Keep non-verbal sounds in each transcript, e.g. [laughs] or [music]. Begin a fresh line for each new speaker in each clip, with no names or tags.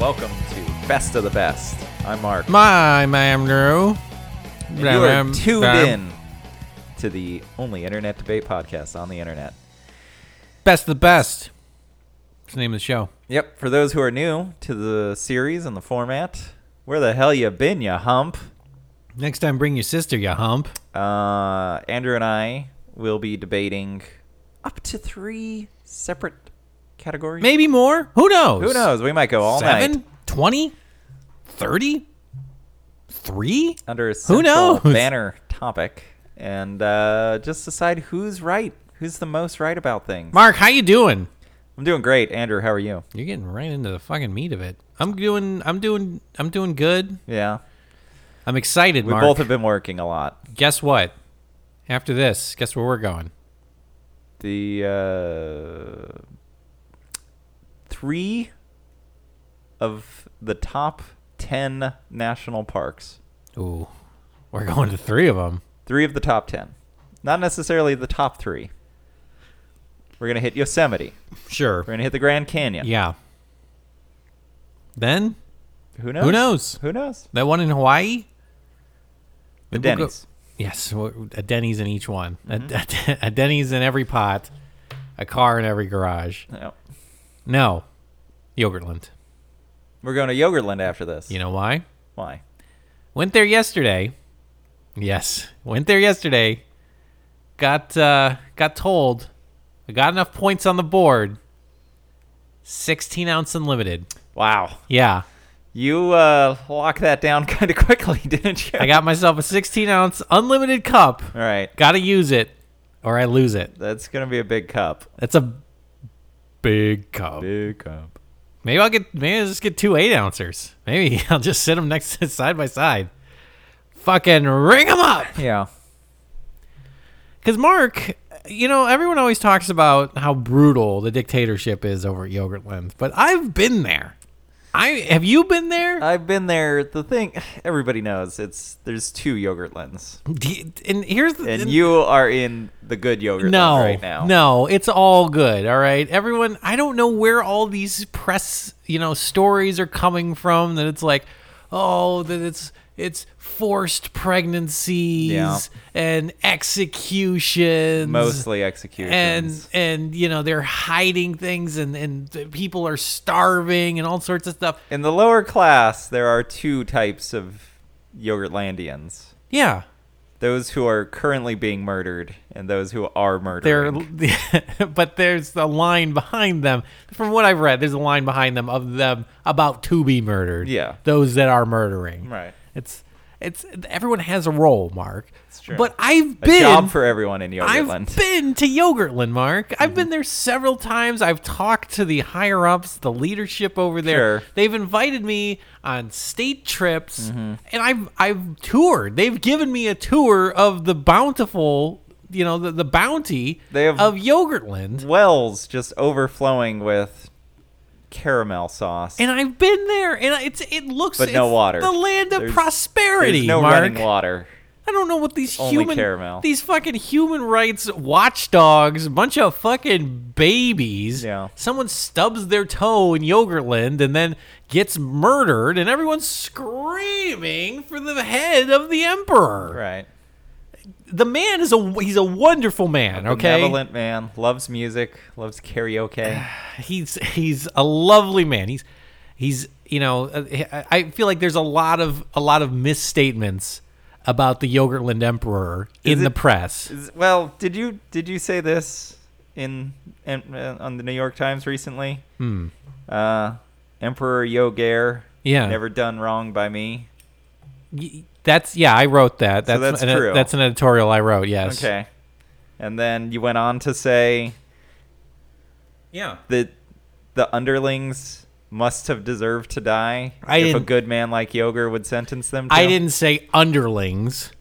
welcome to Best of the Best. I'm Mark.
My, my, I'm Drew.
and you are tuned in to the only internet debate podcast on the internet.
Best of the best. It's the name of the show.
Yep. For those who are new to the series and the format, where the hell you been, you hump?
Next time, bring your sister, you hump.
Uh, Andrew and I will be debating up to three separate categories.
Maybe more. Who knows?
Who knows? We might go all
Seven?
night
20? 30? Three?
under a central
knows?
banner topic, and uh, just decide who's right, who's the most right about things.
Mark, how you doing?
I'm doing great, Andrew. How are you?
You're getting right into the fucking meat of it. I'm doing, I'm doing, I'm doing good.
Yeah,
I'm excited,
we
Mark.
both have been working a lot.
guess what? After this, guess where we're going?
The uh, three of the top ten national parks.
Ooh, we're going to three of them.
Three of the top ten, not necessarily the top three. We're gonna hit Yosemite.
Sure.
We're gonna hit the Grand Canyon.
Yeah. Then
Who knows?
who knows?
Who knows?
That one in Hawaii.
The
Maybe we'll go-
Denny's.
yes, w- a Denny's in each one. A- [laughs] A, a Denny's in every pot. A car in every garage.
No.
No, Yogurtland.
We're going to Yogurtland after this.
You know why?
Why?
Went there yesterday. Yes, went there yesterday. Got uh, got told. I got enough points on the board. Sixteen ounce unlimited.
Wow.
Yeah.
You uh, locked that down [laughs] kind of quickly, didn't you?
I got myself a 16 ounce unlimited cup.
All right.
Gotta use it or I lose it.
That's going to be a big cup.
That's a big cup.
Big cup.
Maybe I'll get, maybe I'll just get two eight ouncers. Maybe [laughs] I'll just sit them next to side by side. Fucking ring them up.
Yeah.
Because, Mark, you know, everyone always talks about how brutal the dictatorship is over at Yogurtland, but I've been there. I Have you been there?
I've been there. The thing [sighs] everybody knows it's there's two Yogurtlands,
Do you- and here's the
and you are in the good Yogurtland
no,
right now.
No, it's all good. All right. Everyone, I don't know where all these press, you know, stories are coming from that it's like, oh, that it's it's forced pregnancies
Yeah.
and executions.
mostly executions.
and and you know they're hiding things and and the people are starving and all sorts of stuff.
in the lower class, there are two types of Yogurtlandians:
Yeah.
those who are currently being murdered, and those who are murdered.
They're, [laughs] but there's a line behind them. From what I've read, there's a line behind them of them about to be murdered.
Yeah.
those that are murdering.
right.
It's it's everyone has a role, Mark. It's
true.
But I've
A job
been
for everyone in Yogurtland.
I've been to Yogurtland, Mark.
Mm-hmm.
I've been there several times. I've talked to the higher ups, the leadership over there.
Sure.
They've invited me on state trips,
Mm-hmm.
and I've I've toured. They've given me a tour of the bountiful, you know, the, the bounty
They have-
of Yogurtland.
wells just overflowing with caramel sauce.
And I've been there, and it's it looks
But no
it's
water.
The land of
There's-
prosperity.
There's no
Mark.
running water.
I don't know what these
Only
human
caramel.
these fucking human rights watchdogs, bunch of fucking babies.
Yeah.
Someone stubs their toe in Yogurtland and then gets murdered and everyone's screaming for the head of the emperor.
Right.
The man is a he's a wonderful man, okay?
Benevolent man loves music, loves
[sighs]
karaoke.
he's he's a lovely man. He's he's you know uh, I- I feel like there's a lot of a lot of misstatements about the Yogurtland emperor in
it-
the press.
Is- well, did you did you say this in, in uh, on the New York Times recently? Hmm. Uh, Emperor Yogair.
Yeah.
Never done wrong by me.
Y- That's yeah, I wrote that. That's,
that's
an,
true.
That's an editorial I wrote. Yes.
Okay. And then you went on to say
Yeah.
that the underlings must have deserved to die
I
if a
didn't-
good man like Yoger would sentence them to.
I didn't say underlings.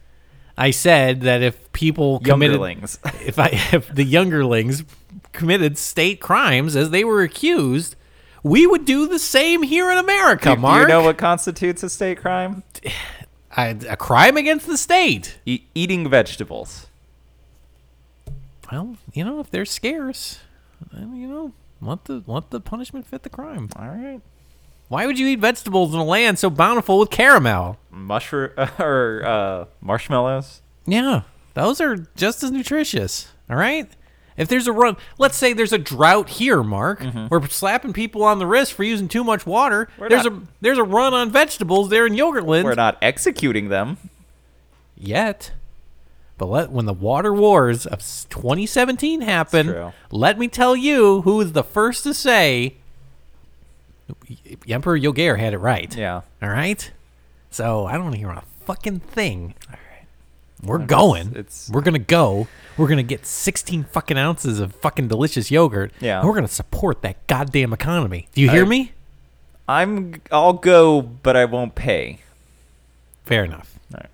I said that if people committed,
Youngerlings.
[laughs] if I if the youngerlings committed state crimes as they were accused, we would do the same here in America.
Do- do
Mark,
you know what constitutes a state crime?
I, a crime against the state.
E- eating vegetables.
Well, you know, if they're scarce, then, you know, let the let the punishment fit the crime.
All right.
Why would you eat vegetables in a land so bountiful with caramel?
Mushroom [laughs] or uh, marshmallows.
Yeah, those are just as nutritious. All right. If there's a run, let's say there's a drought here, Mark. We're slapping people on the wrist for using too much water.
Mm-hmm. We're
there's
not-
a there's a run on vegetables there in Yogurtland
We're not executing them.
yet. But let when the water wars of s- 2017 happen,
true.
let me tell you who was the first to say Emperor Yogair had it right.
Yeah.
All right. So I don't hear a fucking thing. All right. We're going.
it's-
We're gonna go. We're gonna get 16 fucking ounces of fucking delicious yogurt.
Yeah.
And we're gonna support that goddamn economy. Do you hear
I-
me?
I'm. I'll go, but I won't pay.
Fair enough.
All right.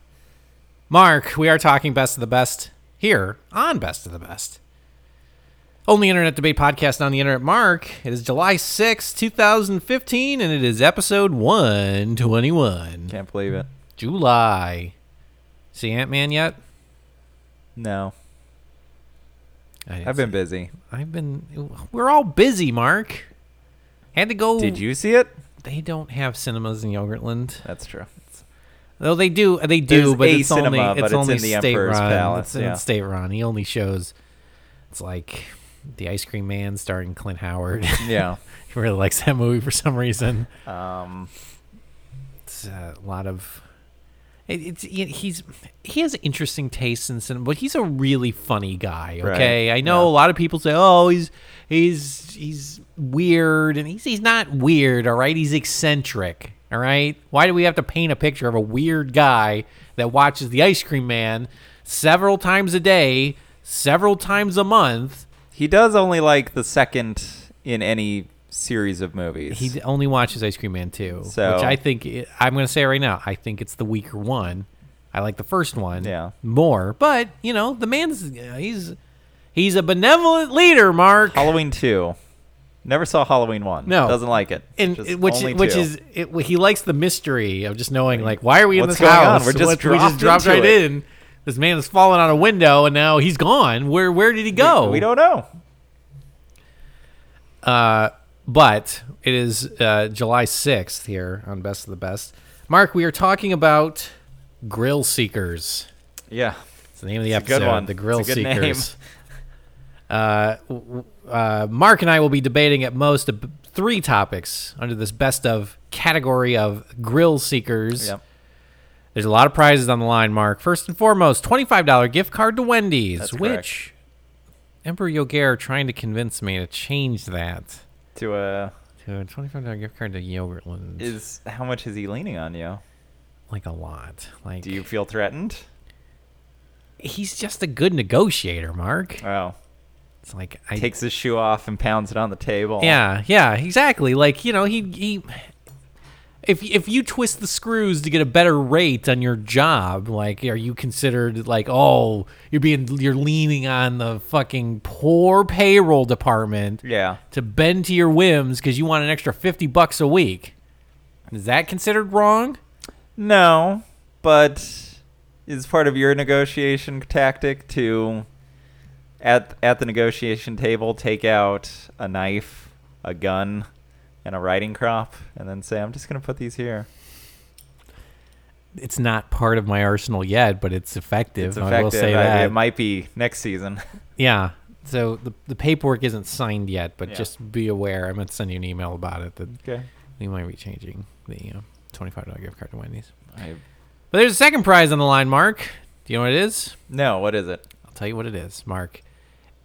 Mark, we are talking best of the best here on Best of the Best. Only internet debate podcast on the internet. Mark, it is July sixth, two 2015, and it is episode 121.
Can't believe it.
July. See Ant Man yet?
No,
I didn't
I've been busy.
I've been. We're all busy, Mark. Had to go.
Did you see it?
They don't have cinemas in Yogurtland,
That's true. [laughs]
though they do. They
There's
do, but
a
it's only
cinema,
it's
but it's
only
in the
state
Emperor's
run.
Palace,
It's in
yeah.
state run. He only shows. It's like the Ice Cream Man starring Clint Howard. [laughs]
Yeah.
he really likes that movie for some reason.
Um.
It's uh, a lot of. It, it's he- he's he has interesting tastes in cinema, but he's a really funny guy.
Right,
Okay, I know
yeah.
a lot of people say, "Oh, he's he's he's weird," and he's he's not weird. All right, he's eccentric. All right, why do we have to paint a picture of a weird guy that watches The Ice Cream Man several times a day, several times a month?
He does only like the second in any series of movies.
He only watches Ice Cream Man 2,
So-
which I think I'm going to say right now, I think it's the weaker one. I like the first one
Yeah.
more, but you know, the man's uh, he's he's a benevolent leader, Mark.
Halloween two. Never saw Halloween one.
No.
doesn't like it.
and
Just
it- which
only
which
two.
is it, he likes the mystery of just knowing like why are we in
What's
this
going on?
house?
We're just
What- we just
dropped
dropped
into
right
it.
in. This man has fallen out a window and now he's gone. Where where did he go?
we don't know.
Uh, but it is uh, July 6th here on Best of the Best. Mark, we are talking about Grill Seekers.
Yeah,
It's the name of the
It's a good
episode.
one.
The Grill
It's a good name.
Seekers. [laughs] Uh, w- w- uh, Mark and I will be debating at most ab- three topics under this best of category of Grill Seekers.
Yep.
There's a lot of prizes on the line, Mark. First and foremost, $25 gift card to Wendy's,
That's correct.
which Emperor Yogair trying to convince me to change that.
To uh,
To a twenty-five dollar gift card to Yogurtland is
is how much is he leaning on you?
like a lot. Like
Do you feel threatened?
he's just a good negotiator, Mark.
Oh,
It's like I
takes his shoe off and pounds it on the table.
yeah, yeah, exactly. Like you know, he he. If if you twist the screws to get a better rate on your job, like are you considered like oh you're being you're leaning on the fucking poor payroll department
yeah.
to bend to your whims because you want an extra fifty bucks a week? Is that considered wrong?
No, but is part of your negotiation tactic to at at the negotiation table take out a knife, a gun, and a riding crop, and then say, "I'm just gonna put these here."
it's not part of my arsenal yet, but it's effective.
It's
I will
effective.
say
I-
that.
it might be next season. [laughs]
yeah. So the, the paperwork isn't signed yet, but
Yeah.
just be aware. I'm going to send you an email about it that
okay.
we might be changing the uh, $25 gift card to Wendy's.
I,
But there's a second prize on the line, Mark. Do you know what it is?
no, what is it?
I'll tell you what it is, Mark.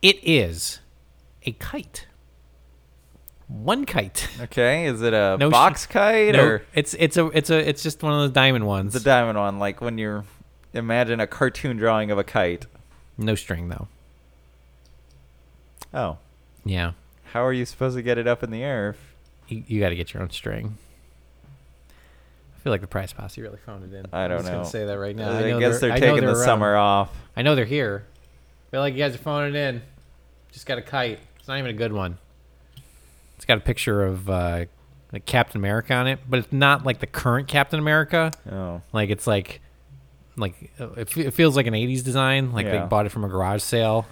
It is a kite. One kite.
Okay, is it a
No sh-
box kite
No,
or
it's it's a it's a it's just one of those diamond ones.
the diamond one? Like when you're imagine a cartoon drawing of a kite.
no string though.
Oh,
Yeah.
how are you supposed to get it up in the air? If
you, you got to get your own string. I feel like the Price Posse really phoned it in.
I
I'm
don't
just
know.
Gonna say that right now.
I,
I know
guess they're,
I know uh,
taking the
around.
summer off.
I know they're here. I feel like you guys are phoning it in. Just got a kite. It's not even a good one. It's got a picture of uh, like Captain America on it, but it's not like the current Captain America.
Oh,
Like it's like, like uh, it, fe- it feels like an '80s design. Like
Yeah.
they bought it from a garage sale.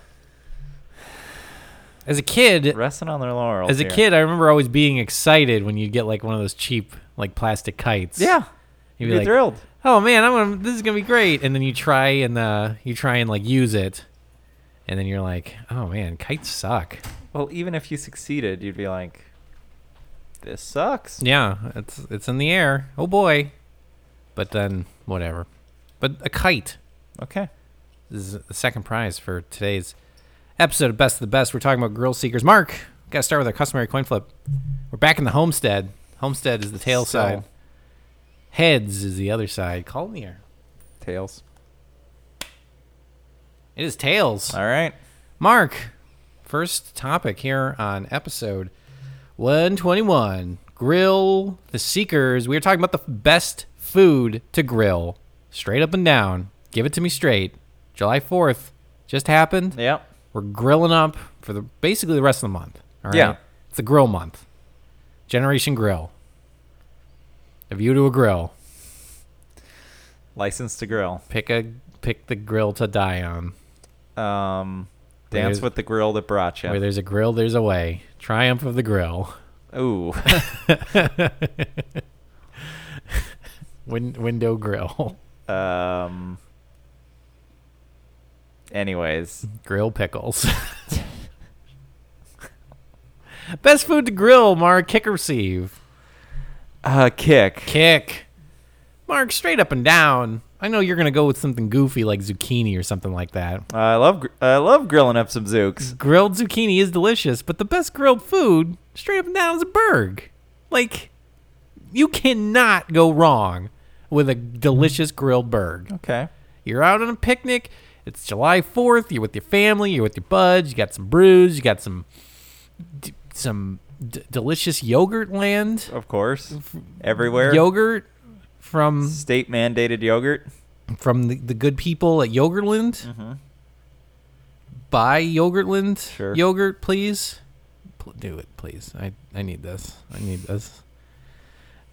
As a kid,
Resting on their laurels.
as a
here.
kid, I remember always being excited when you get like one of those cheap like plastic kites.
yeah, you'd
You'd be
be
like,
thrilled.
Oh man, I'm gonna, this is gonna be great. And then you try and uh, you try and like use it, and then you're like, oh man, kites suck.
Well, even if you succeeded, you'd be like, "This sucks."
Yeah, it's it's in the air. Oh boy. But then whatever. But a kite
Okay.
is the second prize for today's episode of Best of the Best. We're talking about grill seekers. Mark, gotta start with our customary coin flip. We're back in the homestead. Homestead is the tail
Still.
side. Heads is the other side. Call in the air.
Tails.
It is tails.
All right.
Mark, first topic here on episode 121 Grill the Seekers. We are talking about the f- best food to grill. Straight up and down. Give it to me straight. July 4th just happened.
Yep.
We're grilling up for the basically the rest of the month. All right.
Yeah.
It's the grill month. Generation Grill. A view to a grill.
License to grill.
Pick a pick the grill to die on.
Um,
Where
dance
there's-
with the grill that brought
Where
you.
there's a grill, there's a way. Triumph of the grill. [laughs]
Ooh.
Win- window grill. [laughs]
um. Anyways,
grill pickles. [laughs] Best food to grill, Mark. Kick or receive? Mm-hmm.
uh, kick.
Kick. Mark, straight up and down. I know you're going to go with something goofy like zucchini or something like that.
I love gr- I love grilling up some zooks.
Grilled zucchini is delicious, but the best grilled food, straight up and down, is a burg. Like, you cannot go wrong with a delicious grilled burg.
Okay.
You're out on a picnic. It's July 4th. You're with your family. You're with your buds. You got some brews. You got some d- some d- delicious yogurt land.
Of course. Everywhere.
Yogurt from
State mandated yogurt.
from the, the good people at Yogurtland. Buy Yogurtland
Sure.
yogurt, please. Pl- do it, please. I, I need this. I need this.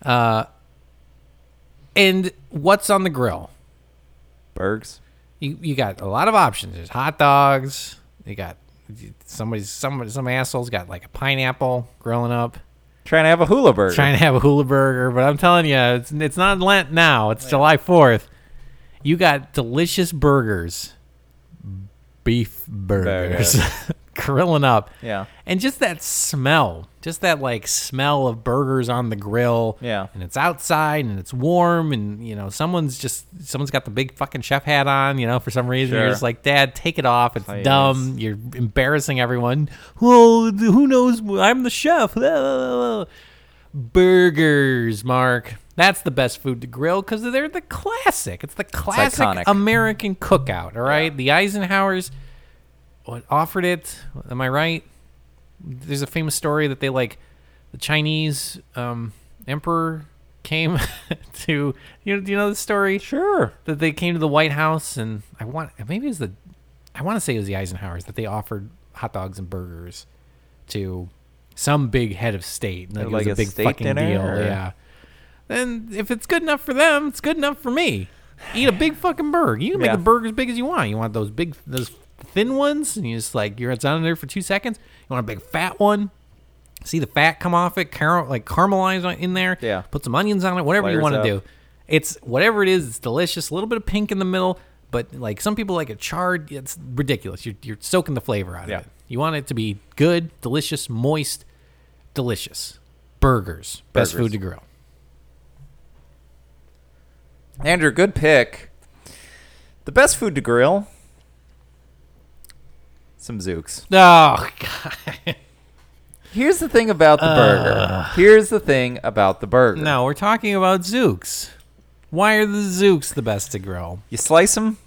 Uh, and what's on the grill?
Bergs.
you you got a lot of options. There's hot dogs. You got somebody's some some asshole's got like a pineapple grilling up,
Trying to have a hula burger.
trying to have a hula burger. But I'm telling you, it's it's not Lent now. It's July Fourth. You got delicious burgers, beef burgers, [laughs] grilling up,
Yeah.
and just that smell, just that like smell of burgers on the grill.
Yeah.
And it's outside and it's warm and you know someone's just someone's got the big fucking chef hat on, you know, for some reason you're
Sure.
just like, "Dad, take it off. It's
Please.
dumb. You're embarrassing everyone." Well, who knows? I'm the chef. [laughs] Blah, blah, blah, blah. Burgers, Mark. That's the best food to grill because they're the classic. It's the classic
iconic.
American cookout. All right, the Eisenhower's what offered it. Am I right? There's a famous story that they like the Chinese um, emperor came [laughs] to you know do you know the story
Sure.
that they came to the White House and I want maybe it was the I want to say it was the Eisenhower's that they offered hot dogs and burgers to some big head of state like, it was
Like
a
a
big
state
fucking
dinner,
deal
or-
yeah then if it's good enough for them it's good enough for me eat a big fucking burger you can make
Yeah.
the burger as big as you want you want those big those thin ones and you just like you're it's on there for two seconds you want a big fat one see the fat come off it car- like caramelize on- in there
Yeah.
put some onions on it whatever you
Layers
want to
up.
do it's whatever it is it's delicious a little bit of pink in the middle but like some people like it charred it's ridiculous you're, you're soaking the flavor out
Yeah.
of it you want it to be good delicious moist delicious burgers, best
Burgers.
food to grill
Andrew, good pick. The best food to grill. Some zooks.
oh god
Here's the thing about the burger. Here's the thing about the burger.
Uh. no we're talking about zooks why are the zooks the best to grill
You slice them,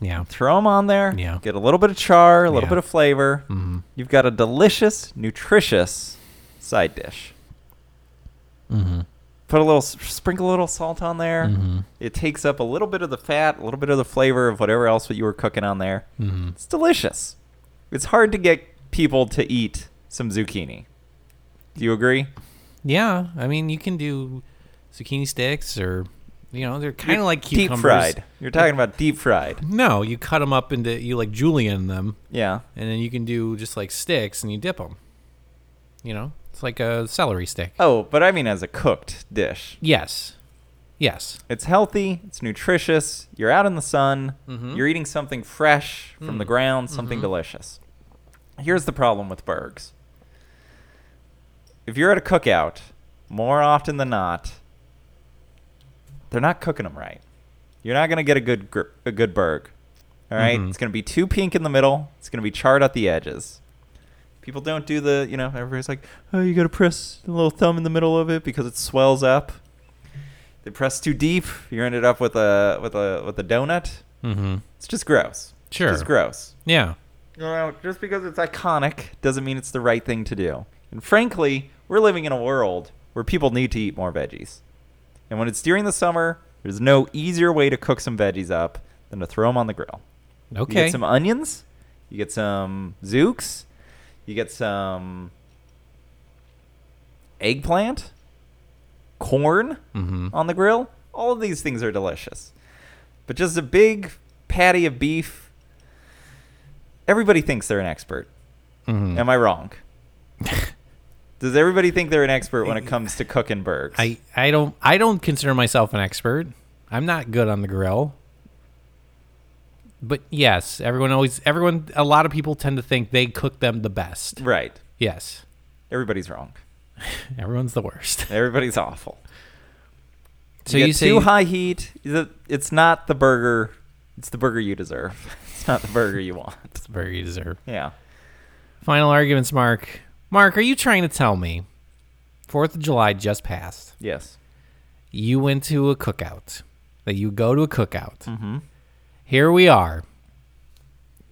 yeah
throw them on there.
Yeah.
Get a little bit of char, a little
Yeah.
bit of flavor. Mm-hmm. You've got a delicious, nutritious side dish.
Mm-hmm.
Put a little, s- sprinkle a little salt on there. It takes up a little bit of the fat, a little bit of the flavor of whatever else that you were cooking on there. Mm-hmm. It's delicious. It's hard to get people to eat some zucchini. Do you agree?
yeah i mean you can do zucchini sticks or You know, they're kind of like
deep
cucumbers.
fried. You're talking about deep fried.
No, you cut them up into you like julienne them,
Yeah.
and then you can do just like sticks and you dip them. You know, it's like a celery stick.
Oh, but I mean as a cooked dish.
Yes, yes,
It's healthy. It's nutritious. You're out in the sun. You're eating something fresh from the ground, something delicious. Here's the problem with burgers. If you're at a cookout, more often than not, they're not cooking them right. You're not going to get a good gr- a good burg. All right?
Mhm.
it's going to be too pink in the middle. It's going to be charred at the edges. People don't do the, you know, everybody's like, "Oh, you got to press the little thumb in the middle of it because it swells up." They press too deep. You ended up with a with a with a donut.
mm-hmm.
It's just gross. It's
Sure.
just gross.
yeah,
You know, just because it's iconic doesn't mean it's the right thing to do. And frankly, we're living in a world where people need to eat more veggies. And when it's during the summer, there's no easier way to cook some veggies up than to throw them on the grill. You
okay,
get some onions, you get some zooks, you get some eggplant, corn
mm-hmm.
on the grill. All of these things are delicious. But just a big patty of beef, everybody thinks they're an expert.
Mm-hmm.
Am I
[laughs]
wrong? Does everybody think they're an expert when it comes to cooking burgers?
I I don't I don't consider myself an expert. I'm not good on the grill. But yes, everyone always everyone a lot of people tend to think they cook them the best.
right.
Yes.
Everybody's wrong.
Everyone's
[laughs]
the worst.
Everybody's awful.
So
get
you say
too high heat. the- It's not the burger. It's the burger you deserve. [laughs] It's not the burger you want.
it's very you deserve.
Yeah.
Final arguments, Mark. Mark, are you trying to tell me 4th of July just passed?
Yes.
you went to a cookout, that you go to a cookout.
Mhm.
Here we are,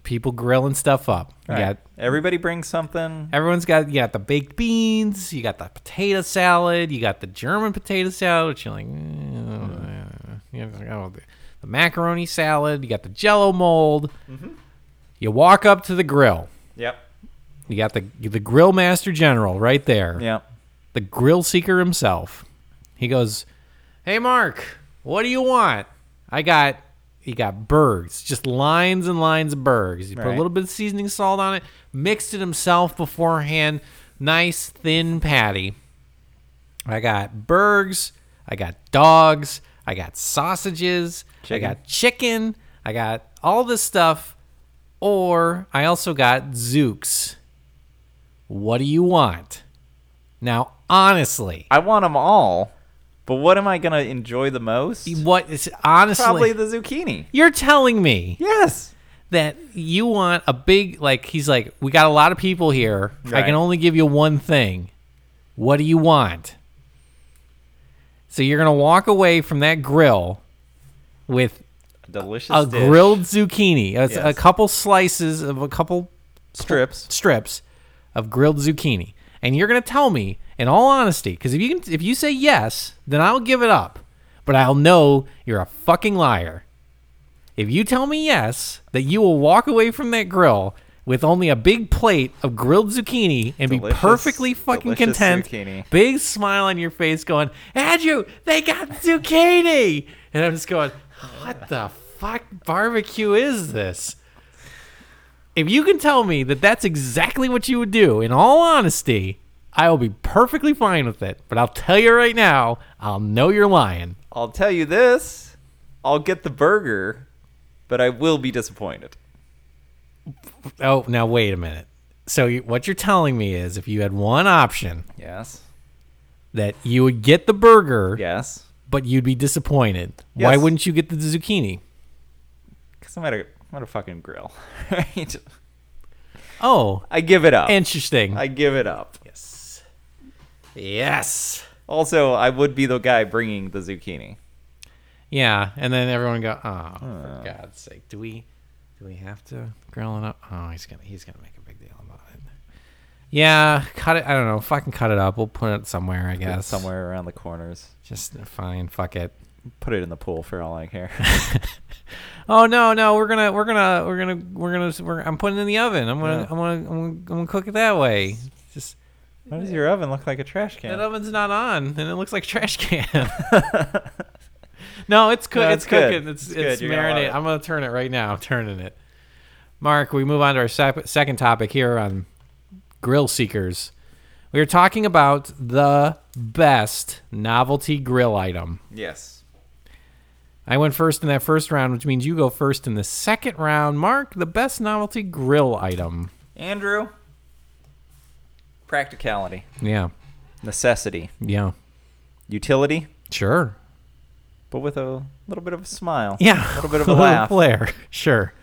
people grilling stuff up. You
Right.
got
Everybody brings something.
everyone's got you got the baked beans, you got the potato salad, you got the German potato salad, which you're like, "Mm, you know, the- the macaroni salad, you got the Jello mold. You walk up to the grill.
Yep.
You got the the grill master general right there
Yep.
the grill seeker himself. He goes, "Hey Mark, what do you want? I got he got burgers, just lines and lines of burgers. He put a
Right.
little bit of seasoning salt on it, mixed it himself beforehand. Nice thin patty. I got burgers, I got dogs, I got sausages,
Chicken.
I got chicken, I got all this stuff, or I also got zooks. What do you want?" Now, honestly,
I want them all, but what am I gonna enjoy the most?
what is honestly?
Probably the zucchini.
you're telling me
Yes.
that you want a big like he's like we got a lot of people here. I
Right.
can only give you one thing. What do you want? So you're gonna walk away from that grill with
Delicious.
a
dish.
grilled zucchini, a, a
Yes.
couple slices of a couple
strips.
strips of grilled zucchini. And you're going to tell me, in all honesty, because if you can, if you say yes, then I'll give it up. But I'll know you're a fucking liar. If you tell me yes, that you will walk away from that grill with only a big plate of grilled zucchini and be
Delicious-
perfectly fucking
delicious
content,
zucchini.
big smile on your face, going, "Andrew, they got zucchini," and I'm just going, "What the fuck barbecue is this?" If you can tell me that that's exactly what you would do, in all honesty, I will be perfectly fine with it. But I'll tell you right now, I'll know you're lying.
I'll tell you this. I'll get the burger, but I will be disappointed.
Oh, now wait a minute. So you, what you're telling me is, if you had one option,
Yes.
that you would get the burger,
Yes.
but you'd be disappointed. Why
Yes.
wouldn't you get the zucchini?
Because I'm at a I'm at a fucking grill, [laughs] right?
Oh,
I give it up.
interesting.
I give it up.
yes. Yes.
Also, I would be the guy bringing the zucchini.
Yeah, and then everyone go, "Oh, for
Uh.
God's sake, do we, do we have to grill it up? Oh, he's gonna, he's gonna make a big deal about it." Yeah, cut it. I don't know. Fucking cut it up. We'll put it somewhere. I guess
Somewhere around the corners.
Just fine. Fuck it.
Put it in the pool for all I
[laughs]
care.
Oh no, no, we're gonna, we're gonna, we're gonna, we're gonna. We're, I'm putting it in the oven. I'm gonna,
Yeah.
I'm gonna, I'm gonna, I'm gonna cook it that way. Just
Why does your oven look like a trash
That
can? [laughs]
oven's not on, and it looks like a trash can. [laughs] No, it's cook.
No,
it's,
it's good.
cooking. It's
It's
it's,
good. You're gonna love
marinating.
it.
I'm gonna turn it right now. I'm turning it. Mark, we move on to our sep- second topic here on Grill Seekers. We are talking about the best novelty grill item.
Yes.
I went first in that first round, which means you go first in the second round. Mark, the best novelty grill item.
Andrew. Practicality,
Yeah,
necessity,
yeah,
utility,
sure.
but with a little bit of a smile.
Yeah,
A little bit of
[laughs]
a laugh.
flair. Sure.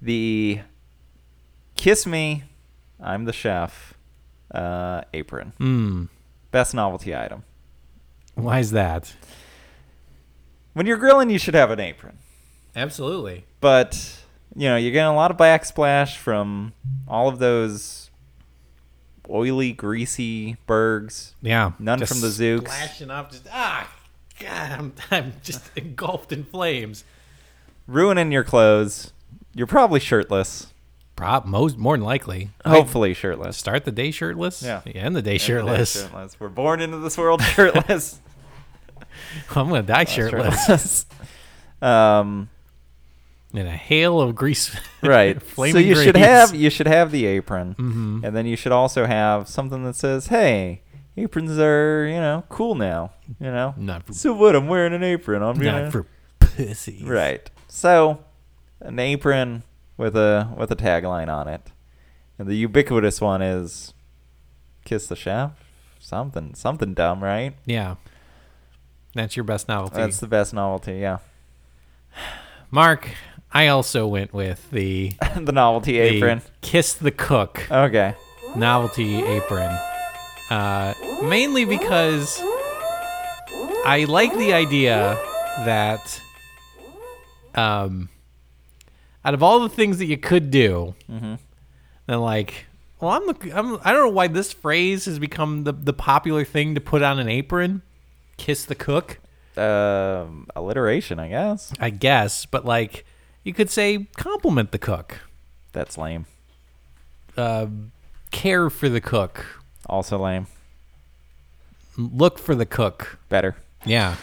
The kiss me, I'm the chef uh, apron.
Hmm.
Best novelty item.
Why is that?
When you're grilling, you should have an apron.
Absolutely.
but you know you're getting a lot of backsplash from all of those oily greasy bergs
Yeah.
None
just
from the Zooks.
Splashing up, just ah, God, I'm, I'm just [laughs] engulfed in flames.
ruining your clothes you're probably shirtless
Prob most more than likely.
hopefully shirtless
Start the day shirtless.
Oh. Yeah.
End the day [laughs] shirtless.
shirtless we're born into this world [laughs] shirtless
[laughs] I'm gonna die shirtless.
[laughs] um
in a hail of grease. [laughs]
right so you
Flaming Mm-hmm.
should
grease.
have you should have the apron and then you should also have something that says hey aprons are you know cool now you know
Not for-
so what i'm wearing an apron i'm gonna
Mm. Not for pussy.
Right. So, an apron with a with a tagline on it, and the ubiquitous one is "Kiss the Chef." Something something dumb, right?
Yeah. That's your best novelty.
That's the best novelty. Yeah, [laughs]
Mark, I also went with the,
the novelty
the
apron.
kiss the cook.
Okay.
novelty apron. Uh, mainly because I like the idea that um, out of all the things that you could do,
Mm-hmm.
then like, well, I'm, the, I'm I don't know why this phrase has become the, the popular thing to put on an apron, kiss the cook,
Um, alliteration, I guess.
I guess, but like you could say compliment the cook,
That's lame.
uh, care for the cook,
Also lame.
look for the cook.
Better.
Yeah.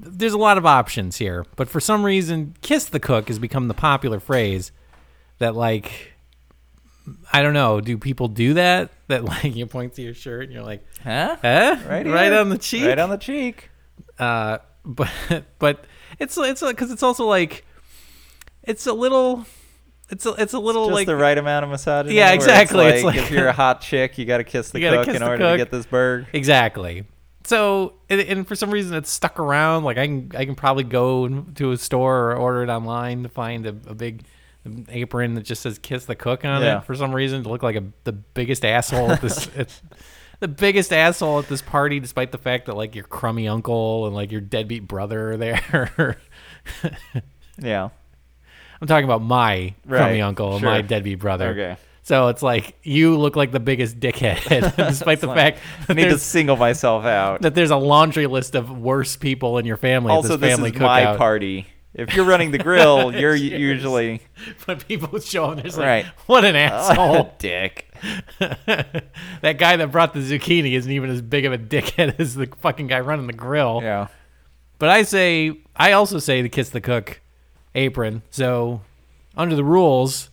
There's a lot of options here, but for some reason, kiss the cook has become the popular phrase that, like, I don't know, do people do that? That, [laughs] like, you point to your shirt and you're like,
Huh?
eh?
Right.
right
here.
on the cheek?
Right on the cheek.
uh, but, [laughs] but it's, it's, because it's also like, it's a little, it's a, it's a little
Just
like,
the right amount of massage.
Yeah, exactly.
It's
It's
like,
like-
if
[laughs]
you're a hot chick, you got to kiss the
You gotta
cook
kiss
in
the
order
cook.
to get this
[laughs]
burger.
Exactly. So, and, and for some reason, it's stuck around. Like I can, I can probably go to a store or order it online to find a, a big apron that just says "kiss the cook" on
Yeah.
it. For some reason, to look like a, the biggest asshole
[laughs]
at this, at, the biggest asshole at this party, despite the fact that like your crummy uncle and like your deadbeat brother are there. [laughs]
Yeah.
I'm talking about my crummy
Right,
uncle and my
sure.
deadbeat brother. [laughs]
Okay.
So it's like you look like the biggest dickhead, [laughs] despite the fact
I
that
need to
there's-
single myself out.
[laughs] that there's a laundry list of worse people in your family. at
also,
this
this
family
is my
cookout. [laughs]
party. If you're running the grill, you're u- usually
But people show and there's
Right.
like,
[laughs]
what an asshole.
dick.
[laughs] that guy that brought the zucchini isn't even as big of a dickhead [laughs] as the fucking guy running the grill.
Yeah,
But I say, I also say the kiss the cook apron. So under the rules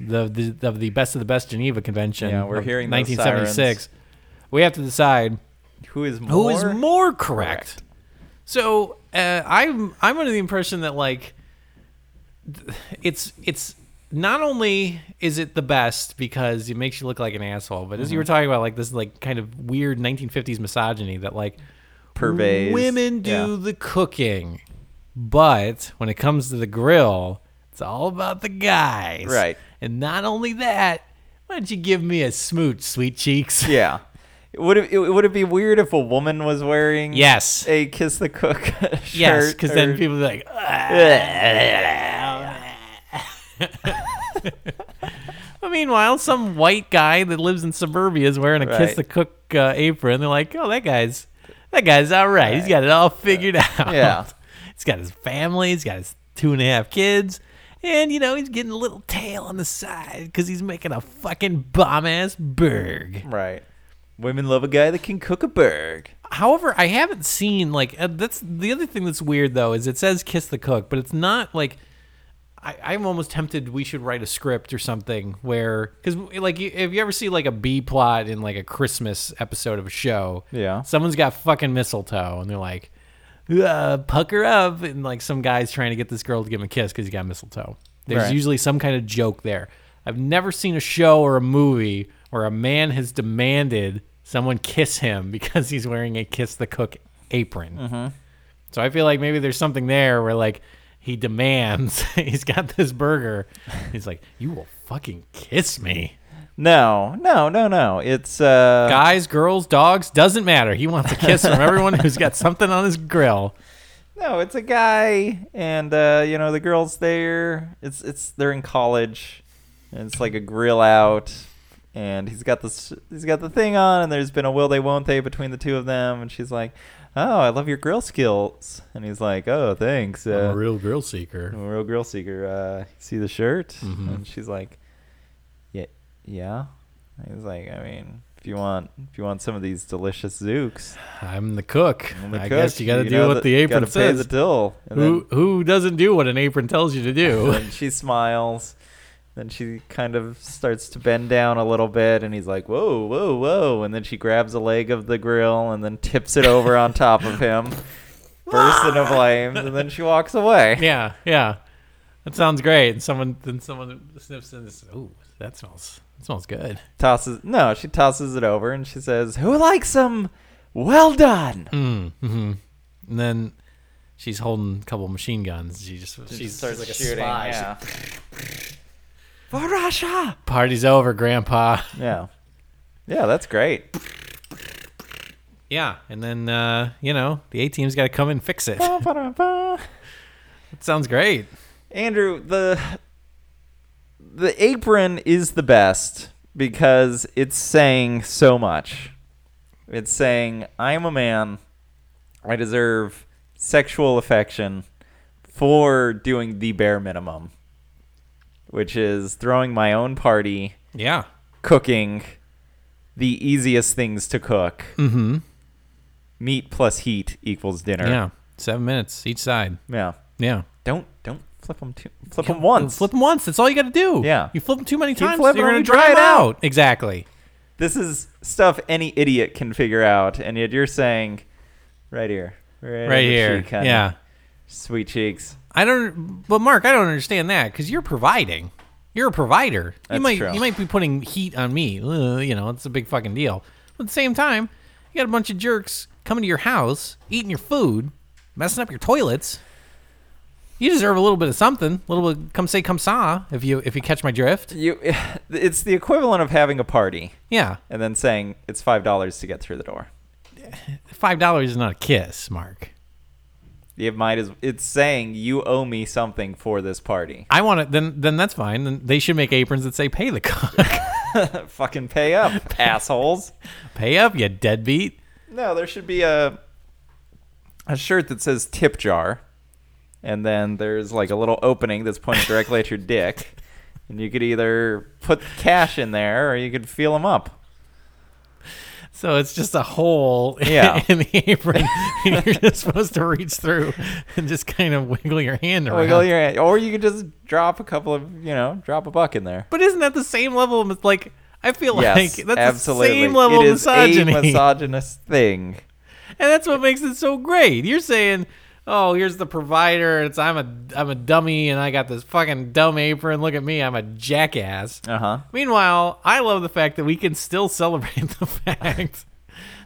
the, the of the best of the best Geneva Convention,
Yeah, we're
of
hearing those
1976, we have to decide
who is more?
Who is more correct? So uh, I'm I'm under the impression that like th- it's it's not only is it the best because it makes you look like an asshole, but as you were talking about, like this like kind of weird 1950s misogyny that like
Pervades.
Women do
Yeah.
the cooking, but when it comes to the grill, it's all about the guys,
Right.
And not only that, why don't you give me a smooch, sweet cheeks?
Yeah. Would it, it would it be weird if a woman was wearing
Yes.
a kiss the cook [laughs] shirt?
Yes, because
or-
then people are like,
[laughs]
but meanwhile, some white guy that lives in suburbia is wearing a kiss
Right.
the cook uh, apron. They're like, oh, that guy's that guy's all right. He's got it all figured out.
Yeah.
[laughs] he's got his family. He's got his two and a half kids. And you know he's getting a little tail on the side because he's making a fucking bomb ass burg.
right. Women love a guy that can cook a burg.
However, I haven't seen like uh, that's the other thing that's weird though is it says kiss the cook, but it's not like I, I'm almost tempted we should write a script or something where because like you- if you ever see like a B plot in like a Christmas episode of a show,
Yeah.
someone's got fucking mistletoe and they're like, uh, pucker up, and like some guy's trying to get this girl to give him a kiss because he got mistletoe. There's
Right.
usually some kind of joke there. I've never seen a show or a movie where a man has demanded someone kiss him [laughs] because he's wearing a kiss the cook apron. So I feel like maybe there's something there where like he demands [laughs] he's got this burger. He's like, "You will fucking kiss me."
No, no, no, no. It's uh
Guys, girls, dogs, doesn't matter. He wants a kiss from everyone who's got something on
[laughs]
his grill.
no, it's a guy and uh you know the girls there. It's it's they're in college and it's like a grill out and he's got this he's got the thing on and there's been a will they won't they between the two of them and she's like, "Oh, I love your grill skills." And he's like, "Oh, thanks." Uh,
real grill seeker.
I'm a real grill seeker. Uh, see the shirt?
Mm-hmm.
And she's like, "Yeah, yeah." And he's like, "I mean, if you want, if you want some of these delicious zooks,
I'm the cook.
I'm the
I
cook.
guess you got to do
know
what
that-
the apron
gotta pay the
says.
bill." And then-
who who doesn't do what an apron tells you
[laughs]
to do?
and she smiles. Then she kind of starts to bend down a little bit, and he's like, "Whoa, whoa, whoa!" And then she grabs a leg of the grill and then tips it over on top of
[laughs]
him, bursts into flames, and then she walks away.
yeah, yeah. That sounds great. And someone then someone sniffs in this. Ooh, that smells. That smells good.
tosses no she tosses it over and she says who likes them well done
Mm, hmm And then she's holding a couple machine guns. She just she starts like a spy.
yeah. for russia
Party's over, Grandpa.
yeah yeah that's great
Yeah, and then uh, you know the A team's got to come and
[laughs]
fix it.
Ba, ba, da, ba.
That sounds great.
andrew the the apron is the best because it's saying so much it's saying i am a man i deserve sexual affection for doing the bare minimum which is throwing my own party
Yeah.
cooking the easiest things to cook.
Mm-hmm.
Meat plus heat equals dinner.
Yeah. Seven minutes each side.
Yeah.
Yeah.
Don't don't flip them two, flip them once.
Flip them once. That's all you got to do.
Yeah.
You flip them too many
Keep
times.
flipping
You're
'em,
gonna
you
dry
dry
it
'em
out. Exactly.
This is stuff any idiot can figure out, and yet you're saying, right here, right,
Right
in the
here.
cheek, honey.
Yeah.
sweet cheeks.
I don't. But Mark, I don't understand that because you're providing. You're a provider. you
That's
might
true.
you might be putting heat on me. Uh, you know, it's a big fucking deal. But at the same time, you got a bunch of jerks coming to your house, eating your food, messing up your toilets. You deserve a little bit of something. A little bit of come say come sa if you if you catch my drift.
You, [sighs] it's the equivalent of having a party
Yeah.
and then saying it's five dollars to get through the door.
Five dollars is not a kiss, Mark.
It might as it's saying you owe me something for this party. [laughs]
I want it. Then then that's fine. Then they should make aprons that say "Pay the cook."
Fucking pay up, assholes.
[laughs] Pay up, you deadbeat.
No, there should be a a shirt that says tip jar, and then there's like a little opening that's pointed directly at your dick, and you could either put cash in there or you could feel them up.
So it's just a hole [laughs]
Yeah.
in the apron. [laughs] and you're just supposed to reach through and just kind of wiggle your hand around.
Wiggle your hand, or you could just drop a couple of you know drop a buck in there.
but isn't that the same level of mis- like? I feel
Yes,
[laughs] like that's
absolutely.
the same level
It
of
is
misogyny, [laughs]
a misogynist thing.
and that's what makes it so great. You're saying, "Oh, here's the provider. It's I'm a I'm a dummy, and I got this fucking dumb apron. Look at me, I'm a jackass."
Uh huh.
Meanwhile, I love the fact that we can still celebrate [laughs] the fact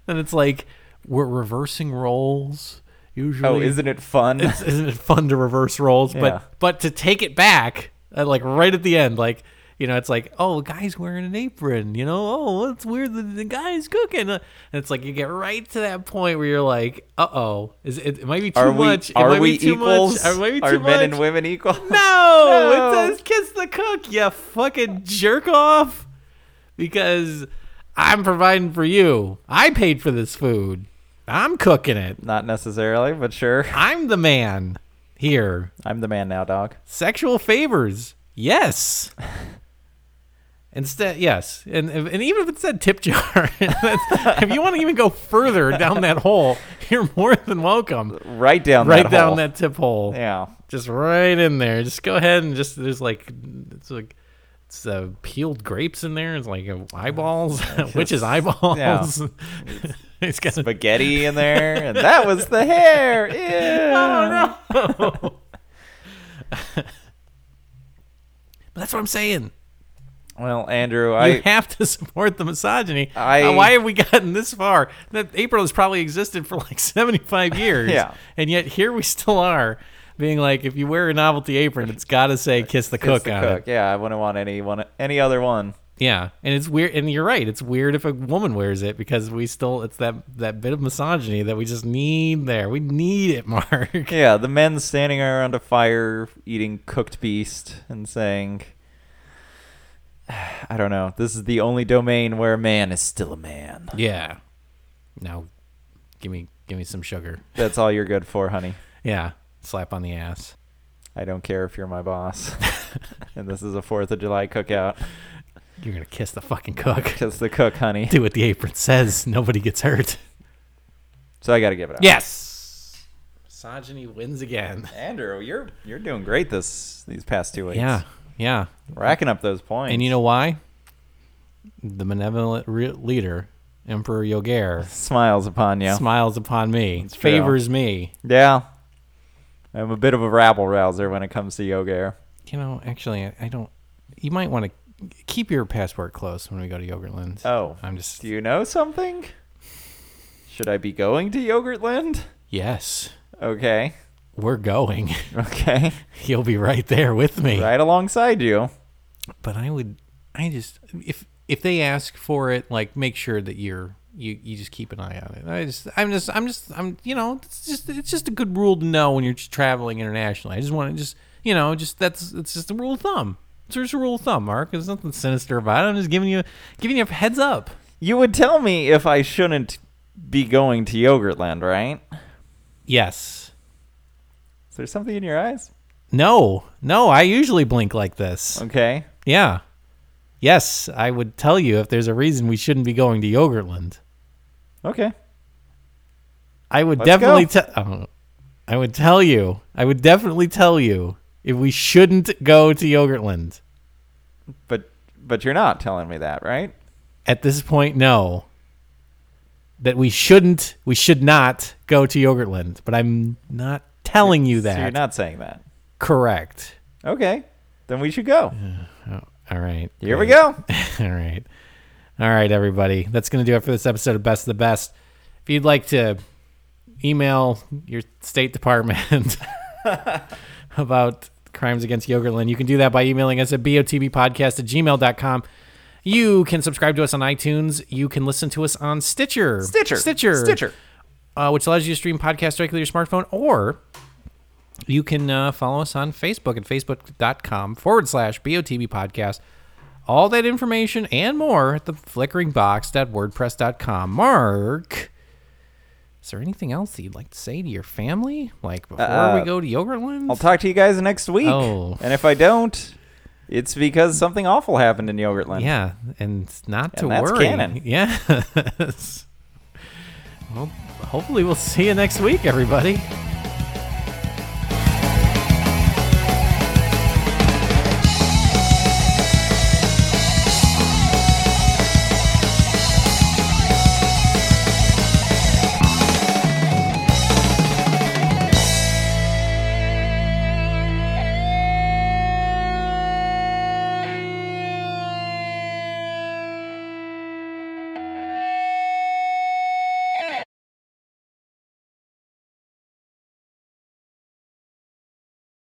that it's like we're reversing roles. Usually,
Oh, isn't it fun?
[laughs] it's, isn't it fun to reverse roles?
Yeah.
But but to take it back, uh, like right at the end, like you know, it's like oh, the guy's wearing an apron. You know, oh, it's weird that the guy's cooking. Uh, And it's like you get right to that point where you're like, uh oh, is it? It might be too
are we
much. It
are
might
we
be too
equals?
Much. It might be
are
too
men
much.
and women equal?
No,
No.
it says kiss the cook, you fucking jerk off. Because I'm providing for you. I paid for this food. I'm cooking it.
[laughs] Not necessarily, but sure.
I'm the man here.
I'm the man now, dog.
Sexual favors. Yes. [laughs] Instead, yes, and and even if it said tip jar, [laughs] that's- if you want to even go further down that hole, you're more than welcome.
Right down
Right
that
down
hole.
that tip hole,
Yeah.
just right in there. Just go ahead and just there's like it's like it's uh, peeled grapes in there. It's like uh,
[laughs]
eyeballs, which is eyeballs. [laughs] it's got a
Spaghetti in there, and that was the hair.
[laughs]
Ew.
Oh, But that's what I'm saying.
Well, Andrew,
You
I
have to support the misogyny.
I-
Uh, why have we gotten this far? That April has probably existed for like [laughs] 75 years.
Yeah.
And yet here we still are being like, if you wear a novelty apron, it's got to say kiss the
kiss
cook
the
on
cook.
it.
Yeah, I wouldn't want any one, any other one.
Yeah. And it's weird. And you're right. It's weird if a woman wears it because we still, it's that, that bit of misogyny that we just need there. We need it, [laughs] Mark.
Yeah, the men standing around a fire eating cooked beast and saying, [sighs] "I don't know. This is the only domain where a man is still a man."
Yeah. Now give me, give me some sugar.
That's all you're good for, honey.
Yeah. Slap on the ass.
I don't care if you're my boss. [laughs] and this is a Fourth of July cookout.
You're going to kiss the fucking cook. [laughs]
Kiss the cook, honey.
do what the apron says. Nobody gets hurt.
So I got to give it up.
Yes. Misogyny wins again.
Andrew, you're you're doing great this these past two weeks.
Yeah. Yeah.
racking up those points.
And you know why? The benevolent re- leader, Emperor Yogare,
smiles upon you.
smiles upon me,
true.
favors me.
yeah, I'm a bit of a rabble rouser when it comes to yoga air.
You know, actually, I, I don't. You might want to keep your passport close when we go to Yogurtland.
Oh,
I'm just.
do you know something? Should I be going to Yogurtland?
yes.
Okay,
We're going. [laughs]
okay,
He'll be right there with me.
right alongside you.
but I would I just if if they ask for it, like make sure that you're you you just keep an eye on it. I just I'm just I'm just I'm you know it's just it's just a good rule to know when you're just traveling internationally. I just want to just you know just that's it's just a rule of thumb. It's just a rule of thumb, Mark. There's nothing sinister about it. I'm just giving you giving you a heads up.
You would tell me if I shouldn't be going to Yogurtland, right?
Yes.
Is there something in your eyes?
No. No. I usually blink like this.
Okay.
Yeah. Yes, I would tell you if there's a reason we shouldn't be going to Yogurtland.
Okay.
I would
Let's
definitely
go.
tell. I would tell you. I would definitely tell you if we shouldn't go to Yogurtland.
But but you're not telling me that, right?
At this point, no. That we shouldn't. We should not go to Yogurtland. But I'm not telling you that.
So you're not saying that.
correct.
Okay. Then we should go.
Oh, all right.
Here we
[laughs]
go.
All right. All right, everybody. That's going to do it for this episode of Best of the Best. If you'd like to email your State Department [laughs] about crimes against Yogurtland, you can do that by emailing us at botbpodcast at gmail.com. You can subscribe to us on iTunes. You can listen to us on Stitcher.
Stitcher.
Stitcher.
Stitcher.
Uh, which allows you to stream podcasts directly to your smartphone or you can uh, follow us on Facebook at facebook.com forward slash BOTB podcast. All that information and more at the flickeringbox.wordpress.com. Mark, is there anything else that you'd like to say to your family? Like before
Uh,
we go to Yogurtland?
I'll talk to you guys next week.
Oh.
And if I don't, it's because something awful happened in Yogurtland.
yeah, and not to
And that's
worry. [laughs]
canon.
Yes. well, hopefully we'll see you next week, everybody.